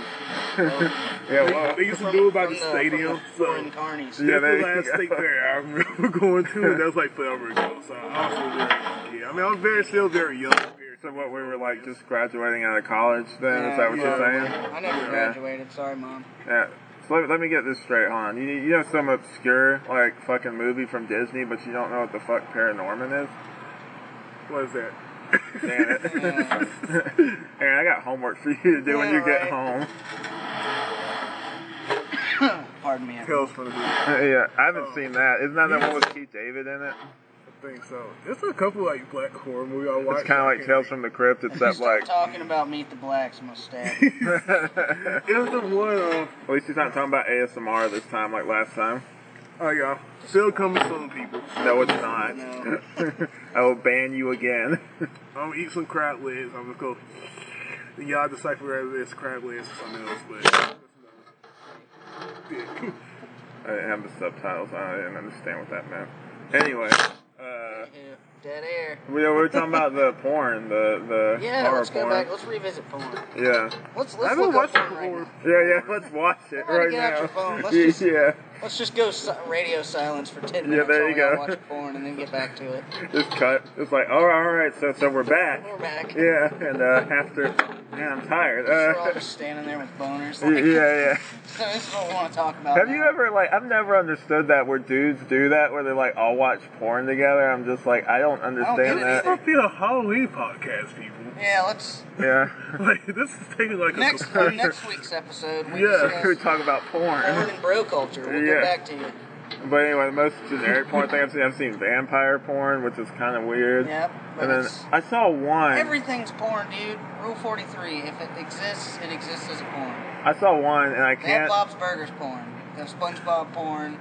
A: *laughs* yeah, well,
C: they used to
B: From-
C: do about
B: from
C: the stadium.
B: From the
C: So
B: foreign carnies.
A: Yeah,
C: yeah,
A: there you
C: that's the last
A: go.
C: state fair I remember *laughs* going to, and that was like forever ago. So I was very yeah. I mean, I was very still very young.
A: so what we were like just graduating out of college then? Is that what you're
B: Yeah.
A: saying?
B: I never graduated. Sorry, mom.
A: Yeah. So let, let me get this straight, hon. You you know some obscure like fucking movie from Disney, but you don't know what the fuck Paranorman is.
C: What is that?
A: Damn it.
B: Yeah. *laughs*
A: *laughs* Aaron, I got homework for you to do when
B: Yeah,
A: you get
B: right.
A: home. *laughs*
B: Pardon me. I-
C: Tales from the Loop. I
A: yeah, I haven't
C: Oh.
A: seen that. Isn't that the one with Keith David in it?
C: think so. There's a couple like black horror movie I watched.
A: It's kind of like Tales from the Crypt,
B: You
A: except
B: start *laughs*
A: like
B: talking about Meet the Blacks, I'm gonna
A: *laughs*
B: stab you.
A: at
C: It was the one. Um,
A: least he's not talking about ASMR this time, like last time.
C: oh yeah, still coming soon, people.
A: No, it's not.
B: No.
A: *laughs* I will ban you again. *laughs*
C: I'm gonna eat some crab legs. I'm gonna go. Y'all decipher whether it's crab legs or something else, but. that's another- Yeah.
A: I didn't have the subtitles. on. I didn't understand what that meant. Anyway, uh,
B: Yeah, Dead air.
A: we, we were talking about the porn, the the
B: *laughs* Yeah,
A: horror
B: let's go
A: porn.
B: back. Let's revisit porn.
A: Yeah,
B: Let's
C: I
B: let's
C: haven't
B: look up
C: watched
B: porn
C: it
B: right
C: before.
B: now.
A: yeah, *laughs* yeah. Let's watch it
B: Everybody
A: right
B: get
A: now.
B: out your phone. Let's
A: *laughs*
B: just-
A: yeah,
B: Let's just go si- radio silence for ten minutes.
A: there
B: while
A: you
B: we all
A: go.
B: Watch porn and then get back to it.
A: just cut. It's like, all right, all right. So so we're back.
B: We're
A: *laughs*
B: back.
A: Yeah, and uh, after, man, I'm tired.
B: We're all
A: Uh,
B: just standing there with boners.
A: yeah, *laughs*
B: Like,
A: yeah.
B: So this is what we want to talk about.
A: Have
B: now.
A: you ever like? I've never understood that where dudes do that, where they like all watch porn together. I'm just like, I don't understand that.
B: get it *laughs*
C: This must be a Halloween podcast, people. *laughs*
B: Yeah, let's.
A: Yeah,
C: Like this is taking like
B: Next
A: *laughs*
C: a
B: on next week's episode, we
C: Yeah.
A: we
B: discuss
A: talk about
B: porn
A: porn.
B: and bro culture. We'll
A: Yeah.
B: get back to you.
A: But anyway, the most generic porn thing I've seen, I've seen vampire porn, which is kind of weird.
B: Yep, but
A: And then
B: it's-
A: I saw one.
B: Everything's porn, dude. Rule 43. If it exists, it exists as a porn.
A: I saw one, and I
B: They
A: can't.
B: have Bob's Burgers porn. They have SpongeBob porn.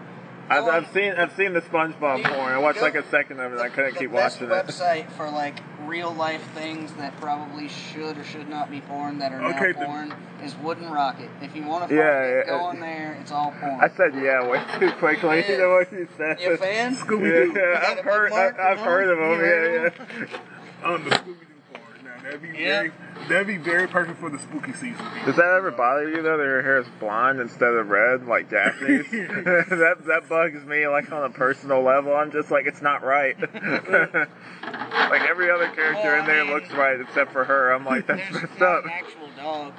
A: I've,
B: Go on-
A: I've seen I've seen the SpongeBob
B: Dude,
A: porn. I watched
B: go-
A: like a second of it. and I couldn't
B: the
A: keep
B: best
A: watching it.
B: website for like real life things that probably should or should not be porn that are
C: Okay,
B: now
C: the-
B: porn is Wooden Rocket. If you want to find
A: Yeah,
B: it,
A: yeah,
B: go
A: uh,
B: on there. It's all porn.
A: I said yeah way *laughs* too quickly. You know what you said.
B: you a fan?
A: Yeah,
C: Scooby Doo.
A: yeah,
B: got a
A: I've
B: big
A: heard,
B: mark
A: I, I've
B: on
A: heard of
B: it? You heard
A: them. Yeah,
C: On the Scooby Doo porn. Now that'd be
B: Yeah.
C: very that'd be very perfect for the spooky season.
A: yeah. Does that ever bother you though? That her hair is blonde instead of red, like
B: *laughs*
A: Daphne's. that that bugs me, like on a personal level. I'm just like, it's not right. *laughs* like every other character
B: Well,
A: in there
B: I mean-
A: looks right except for her. I'm like, that's
B: There's
A: messed
B: not
A: up.
B: an actual dog,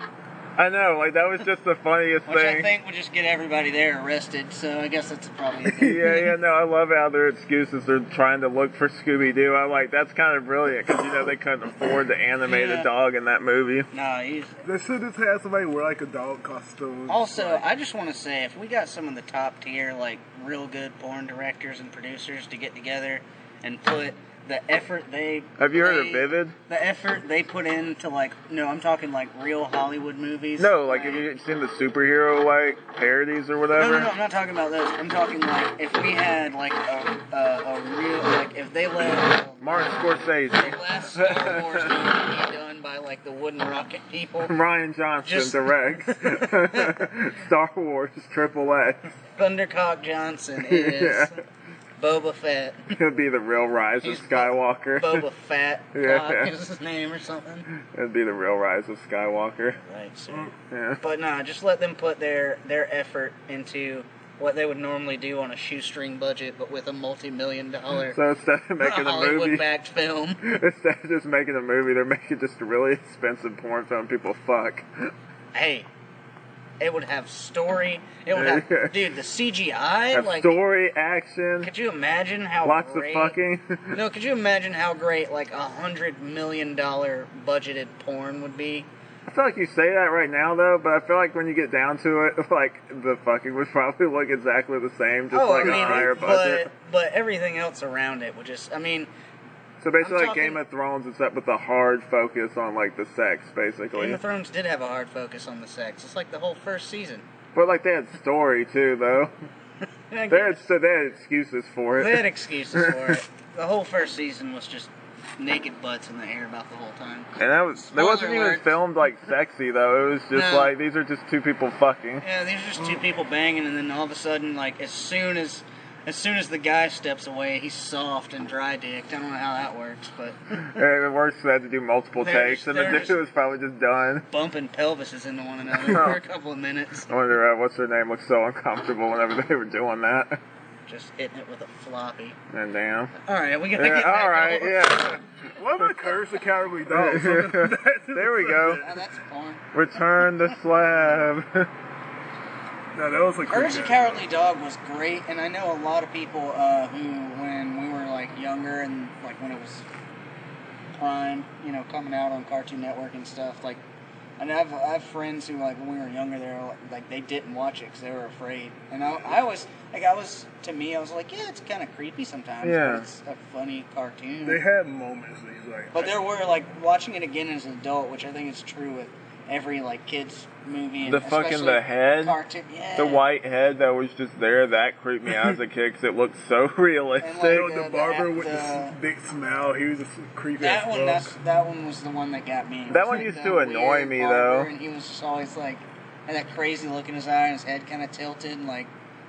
A: I know, like that was just the funniest
B: which I
A: thing.
B: think would just get everybody there arrested. So I guess that's probably. A
A: *laughs*
B: good
A: yeah, yeah, no, I love how their excuses are trying to look for Scooby Doo. I'm like, that's kind of brilliant because you know they couldn't afford to animate a
B: Yeah.
A: dog in that movie.
B: Nah, he's.
C: They should just have somebody wear like a dog costume.
B: Also, I just want to say if we got some of the top tier, like real good porn directors and producers to get together and put the effort they
A: Have you heard of
B: they-
A: Vivid?
B: The effort they put into like no, I'm talking like real Hollywood movies.
A: No, like have you seen the superhero like parodies or
B: No,
A: whatever?
B: no, no, I'm not talking about those. I'm talking like if we had like a, a, a real like if they let
A: Martin Scorsese,
B: their
A: *laughs*
B: last Star Wars movie be done by like the Wooden Rocket people,
A: Ryan Johnson
B: Just- *laughs*
A: directs *laughs* Star Wars Triple X.
B: Thundercock Johnson is
A: *laughs* Yeah.
B: Boba Fett.
A: It'd be the real rise of
B: He's
A: Skywalker.
B: Boba Fat
A: *laughs* Yeah.
B: Cock is his name or something.
A: It'd be the real rise of Skywalker.
B: Right, sir.
A: Mm, Yeah.
B: But nah, just let them put their their effort into what they would normally do on a shoestring budget, but with a multi-million dollar
A: So instead of making
B: *laughs*
A: a movie,
B: Hollywood-backed film.
A: instead of just making a movie, they're making just a really expensive porn film. People fuck.
B: Hey, it would have story. It would have,
A: *laughs* Yeah.
B: dude, the CGI.
A: Have
B: like,
A: story, action,
B: could you imagine how
A: lots
B: great,
A: of fucking. *laughs*
B: No, could you imagine how great like a hundred million dollar budgeted porn would be?
A: I feel like you say that right now though, but I feel like when you get down to it, *laughs* like the fucking would probably look exactly the same, just like a higher budget.
B: Oh, but but everything else around it would just. I mean,
A: So basically,
B: I'm
A: like Game
B: talking-
A: of Thrones, except with the hard focus on like the sex, basically.
B: Game of Thrones did have a hard focus on the sex. It's like the whole first season.
A: But like they had story too, though.
B: I
A: They had
B: guess.
A: so they had excuses for
B: They
A: it.
B: had excuses for it. The whole first season was just naked butts in the air about the whole time.
A: *laughs* And that was that
B: Spoiler
A: wasn't even
B: alert.
A: filmed like sexy though. It was just
B: No.
A: like these are just two people
B: *laughs*
A: fucking.
B: Yeah, these are just two people banging, and then all of a sudden, like as soon as, as soon as the guy steps away, he's soft and dry dicked. I don't know how that works, but *laughs*
A: And it worse they had to do multiple
B: They're
A: takes,
B: just-
A: and the
B: they're
A: dude
B: just-
A: was probably just done.
B: bumping pelvises into
A: *laughs*
B: one another for a couple of minutes,
A: I wonder uh, what's her name looked so uncomfortable whenever they were doing that.
B: just hitting it with a floppy.
A: And damn.
B: All right, we gotta get
A: Yeah,
B: back
A: all right,
B: to-
A: yeah. What
C: The
A: about
C: curse
A: *laughs*
C: of cowardly dog. *laughs* there
A: There we go.
B: *laughs* Oh, that's porn.
A: return the slab? *laughs*
C: No, that was a creep
B: Courage the
C: ass
B: Cowardly Dog was great, and I know a lot of people uh, who, when we were like younger and like when it was prime, you know, coming out on Cartoon Network and stuff, like, and I've I have friends who like when we were younger, they were like, like they didn't watch it because they were afraid, and I, I was like I was to me I was like yeah it's kind of creepy sometimes,
A: Yeah.
B: but it's a funny cartoon.
C: They had moments. that He's like,
B: but there were like watching it again as an adult, which I think is true with every like kids movie. And
A: The fucking-
B: especially
A: the head?
B: cartoon, yeah.
A: the white head that was just there, that creeped me out as a kid 'cause it looked so *laughs* realistic.
C: You know, the,
B: the- the
C: barber
B: act,
C: with
B: uh,
C: the big smile. He was a creepy.
B: That
C: ass
B: one,
C: fuck.
B: that's, that one was the one that got me. It
A: That
B: was
A: one
B: like
A: used
B: the
A: to annoy
B: weird
A: me,
B: barber,
A: though.
B: And he was just always like, had that crazy look in his eye, and his head kind of tilted, and like,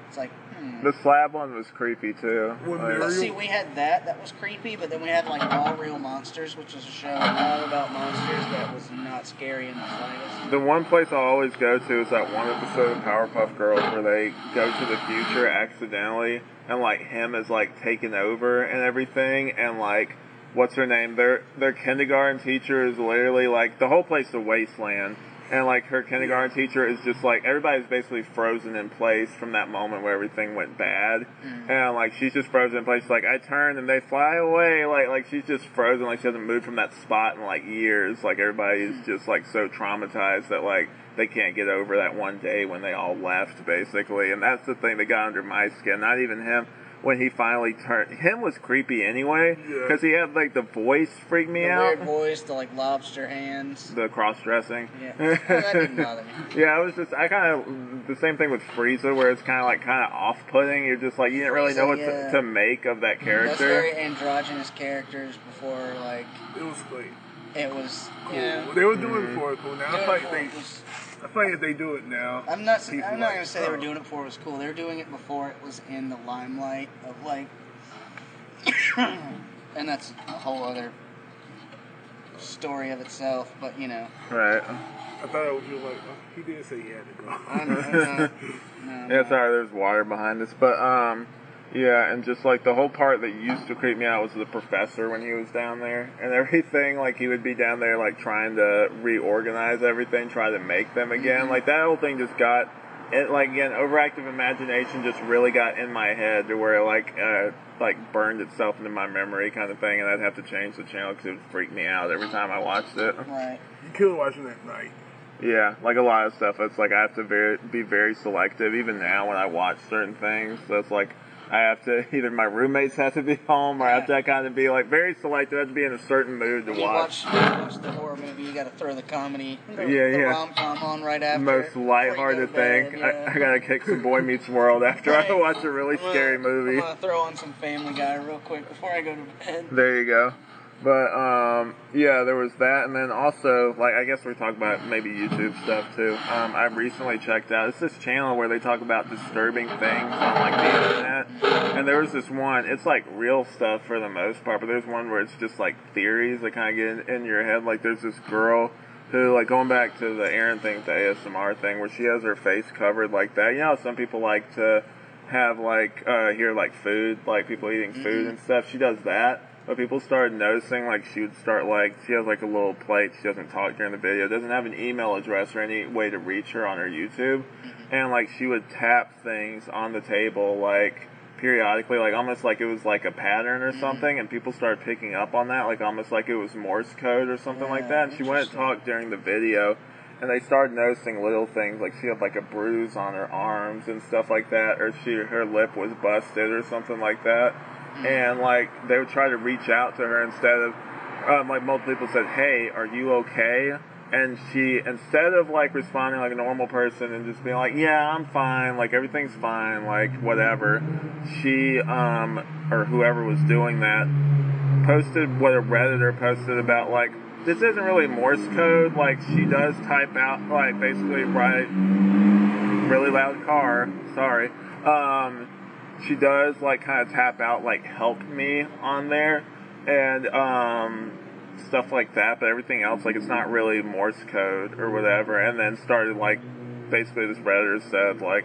B: it's like, hmm.
A: The slab one was creepy too.
C: When
A: Like,
B: But
C: Mary-
B: see, we had that. That was creepy. But then we had like All Real Monsters, which was a show all about monsters that was not scary in the slightest.
A: the one place I always go to is that one episode of Powerpuff Girls where they go to the future accidentally, and like him is like taking over and everything, and like what's her name? Their their kindergarten teacher is literally like the whole place is a wasteland. And like her kindergarten teacher is just like everybody's basically frozen in place from that moment where everything went bad,
B: Mm.
A: and like she's just frozen in place. Like I turn and they fly away. Like like she's just frozen. Like she hasn't moved from that spot in like years. Like
B: Hmm.
A: everybody's just like so traumatized that like they can't get over that one day when they all left basically. And that's the thing that got under my skin. Not even him when he finally turned. Him was creepy anyway
C: Yeah.
A: because he had like the voice freaked me
B: The
A: out.
B: weird voice, the like lobster hands.
A: The cross dressing. *laughs*
B: Yeah, *laughs* that didn't bother me.
A: Yeah, I was just I kind of the same thing with Frieza, where it's kind of like kind of off-putting. You're just like you didn't really know what
B: Frieza, yeah.
A: to, to make of that
B: That's
A: character.
B: very androgynous characters before like
C: It was like
B: it was.
C: cool.
B: You know,
C: They were doing
A: Mm-hmm.
C: it for it cool. Now I feel like
B: It
C: they,
B: was-
C: I feel like if they do it now.
B: I'm not. I'm
C: people
B: not
C: like,
B: gonna say they were
C: oh.
B: doing it before it was cool. They were doing it before it was in the limelight of like, *coughs* and that's a whole other story of itself. But
A: *laughs*
B: you know,
A: right.
C: I thought it was just like oh, he did say he had to go. *laughs*
B: I'm, I'm not. No,
A: Yeah, sorry. There's water behind us, but um, yeah, and just like the whole part that used to creep me out was the professor when he was down there and everything. Like he would be down there like trying to reorganize everything, try to make them again. Like that whole thing just got. It like again, overactive imagination just really got in my head to where like uh, like burned itself into my memory kind of thing, and I'd have to change the channel because it would freak me out every time I watched it.
B: right.
C: You killed watching that night.
A: Yeah, like a lot of stuff. It's like I have to very, be very selective. Even now, when I watch certain things, that's like I have to *laughs* either my roommates have to be *laughs* home or I have to kind of be like very selective. I have to be in a certain mood to
B: When you
A: watch.
B: watch, you watch the horror movie, you gotta throw the comedy, the,
A: Yeah,
B: the
A: yeah.
B: rom com on right after.
A: Most lighthearted thing. I, I gotta kick some Boy Meets World after
B: *laughs*
A: I watch a really scary movie.
B: I'm gonna throw on some Family Guy real quick before I go to bed.
A: There you go. But um, yeah, there was that, and then also like I guess we talk about maybe YouTube stuff too. Um, I recently checked out it's this channel where they talk about disturbing things on like the internet, and there was this one. It's like real stuff for the most part, but there's one where it's just like theories that kind of get in, in your head. Like there's this girl who like going back to the Aaron thing, the ASMR thing, where she has her face covered like that. You know, how some people like to have like uh, hear like food, like people eating food and stuff. She does that, but people started noticing like she would start like she has like a little plate. She doesn't talk during the video, doesn't have an email address or any way to reach her on her YouTube, and like she would tap things on the table like periodically, like almost like it was like a pattern or something, and people started picking up on that, like almost like it was Morse code or something like
B: Yeah,
A: that. And she went and
B: interesting.
A: talked during the video, and they started noticing little things, like she had like a bruise on her arms and stuff like that, or she her lip was busted or something like that, and like they would try to reach out to her instead of, um, like multiple people said, "Hey, are you okay?" And she, instead of like responding like a normal person and just being like, "Yeah, I'm fine," like everything's fine, like whatever, she um or whoever was doing that posted what a redditor posted about like this isn't really morse code like she does type out like basically write really loud car sorry um she does like kind of tap out like help me on there and um stuff like that but everything else like it's not really morse code or whatever and then started like basically this redditor said like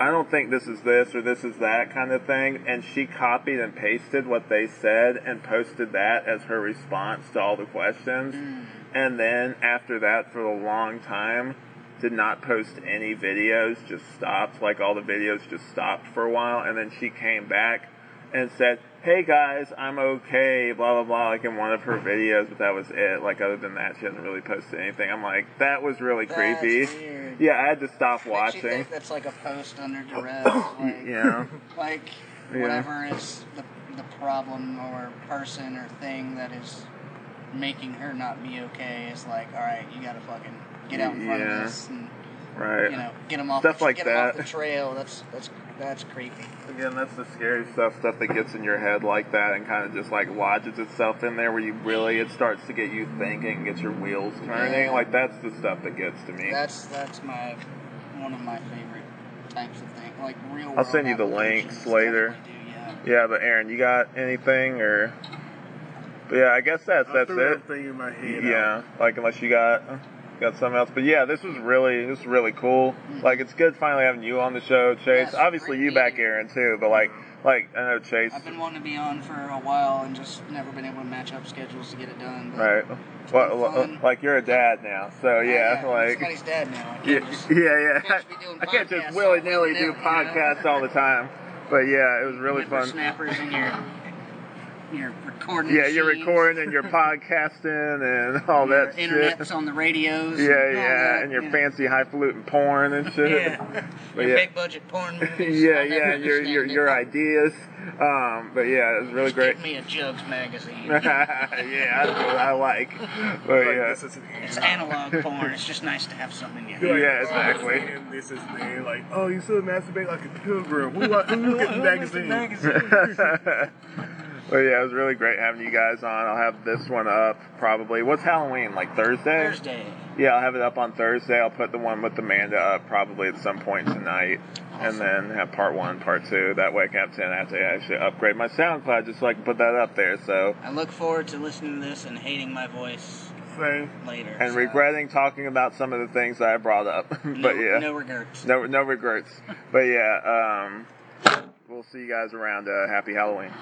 A: I don't think this is this or this is that kind of thing. And she copied and pasted what they said and posted that as her response to all the questions.
B: Mm.
A: And then after that, for a long time, did not post any videos, just stopped. Like all the videos just stopped for a while. And then she came back and said, Hey guys, I'm okay, blah, blah, blah, like in one of her videos, but that was it. Like, other than that, she hasn't really posted anything. I'm like, that was really
B: That's
A: creepy.
B: weird.
A: Yeah, I had to stop
B: Makes you
A: watching.
B: think that's like a post under duress. like,
A: *coughs* Yeah.
B: like
A: Yeah.
B: whatever is the, the problem or person or thing that is making her not be okay is like, all right, you gotta fucking get out in front
A: Yeah.
B: of this and
A: Right.
B: you know get them off
A: Stuff
B: the,
A: like
B: get 'em off
A: that.
B: the trail. That's that's that's creepy.
A: Again, that's the scary stuff, stuff that gets in your head like that and kind of just like lodges itself in there where you really, it starts to get you thinking, gets your wheels turning. Like, that's the stuff that gets to me.
B: That's that's my one of my favorite types of thing. Like real.
A: I'll send you the
B: world
A: links
B: applications
A: later.
B: definitely do, yeah.
A: Yeah, but Aaron, you got anything or? But yeah, I guess that's,
C: I
A: that's
C: threw
A: it.
C: everything in my head.
A: Yeah, like unless you got got something else. But yeah, this was really this was really cool. Like it's good finally having you on the show, Chase.
B: Hmm. Yes,
A: Obviously
B: great
A: you back
B: meeting you.
A: Aaron too, but like like I know Chase.
B: I've been wanting to be on for a while and just never been able to match up schedules to get it done. But
A: Right. Well, l-
B: fun.
A: like you're a dad now, so yeah,
B: I'm
A: like
B: uh, somebody's dad now. I
A: *laughs*
B: can't
A: yeah,
B: just-
A: yeah, yeah.
B: can't just be doing
A: I can't just
B: podcasts
A: willy
B: all
A: nilly
B: willy-nilly,
A: do
B: you know?
A: podcasts all the time, but yeah, it was really fun.
B: Snappers and your your recording.
A: Yeah, you're
B: machines,
A: recording
B: *laughs*
A: and you're podcasting and *laughs* all
B: your
A: that shit.
B: Internet's on the radios. *laughs*
A: Yeah,
B: and all
A: yeah,
B: that,
A: and your
B: yeah.
A: fancy highfalutin porn
B: *laughs*
A: and *laughs* shit.
B: Yeah.
A: But
B: your
A: yeah.
B: big
A: *laughs*
B: budget porn movies.
A: yeah,
B: I'll never
A: yeah, your your
B: understand
A: your
B: it.
A: ideas. Um, but yeah, it was really
B: Just
A: great.
B: Give me a Jugs
A: *laughs*
B: magazine.
A: yeah, that's what I
B: *laughs*
A: like. But
C: Like,
A: yeah,
C: this is an
B: it's analog porn. It's just nice to have something. You
A: Yeah,
C: Like, oh,
A: exactly.
C: man, This is the like, oh, you still masturbate like a pilgrim. Who, who look at the magazine?
A: *laughs* but yeah, it was really great having you guys on. I'll have this one up probably. What's Halloween like Thursday?
B: Thursday.
A: Yeah, I'll have it up on Thursday. I'll put the one with Amanda up probably at some point tonight, and then have part one, part two. That way, I can have ten. I have to actually upgrade my SoundCloud just so I can put that up there. So.
B: I look forward to listening to this and hating my voice
C: Same.
B: later.
A: And
B: so.
A: regretting talking about some of the things that I brought up, *laughs* but
B: No,
A: yeah,
B: no regrets.
A: No, no regrets. But yeah, um, we'll see you guys around. Uh, happy Halloween.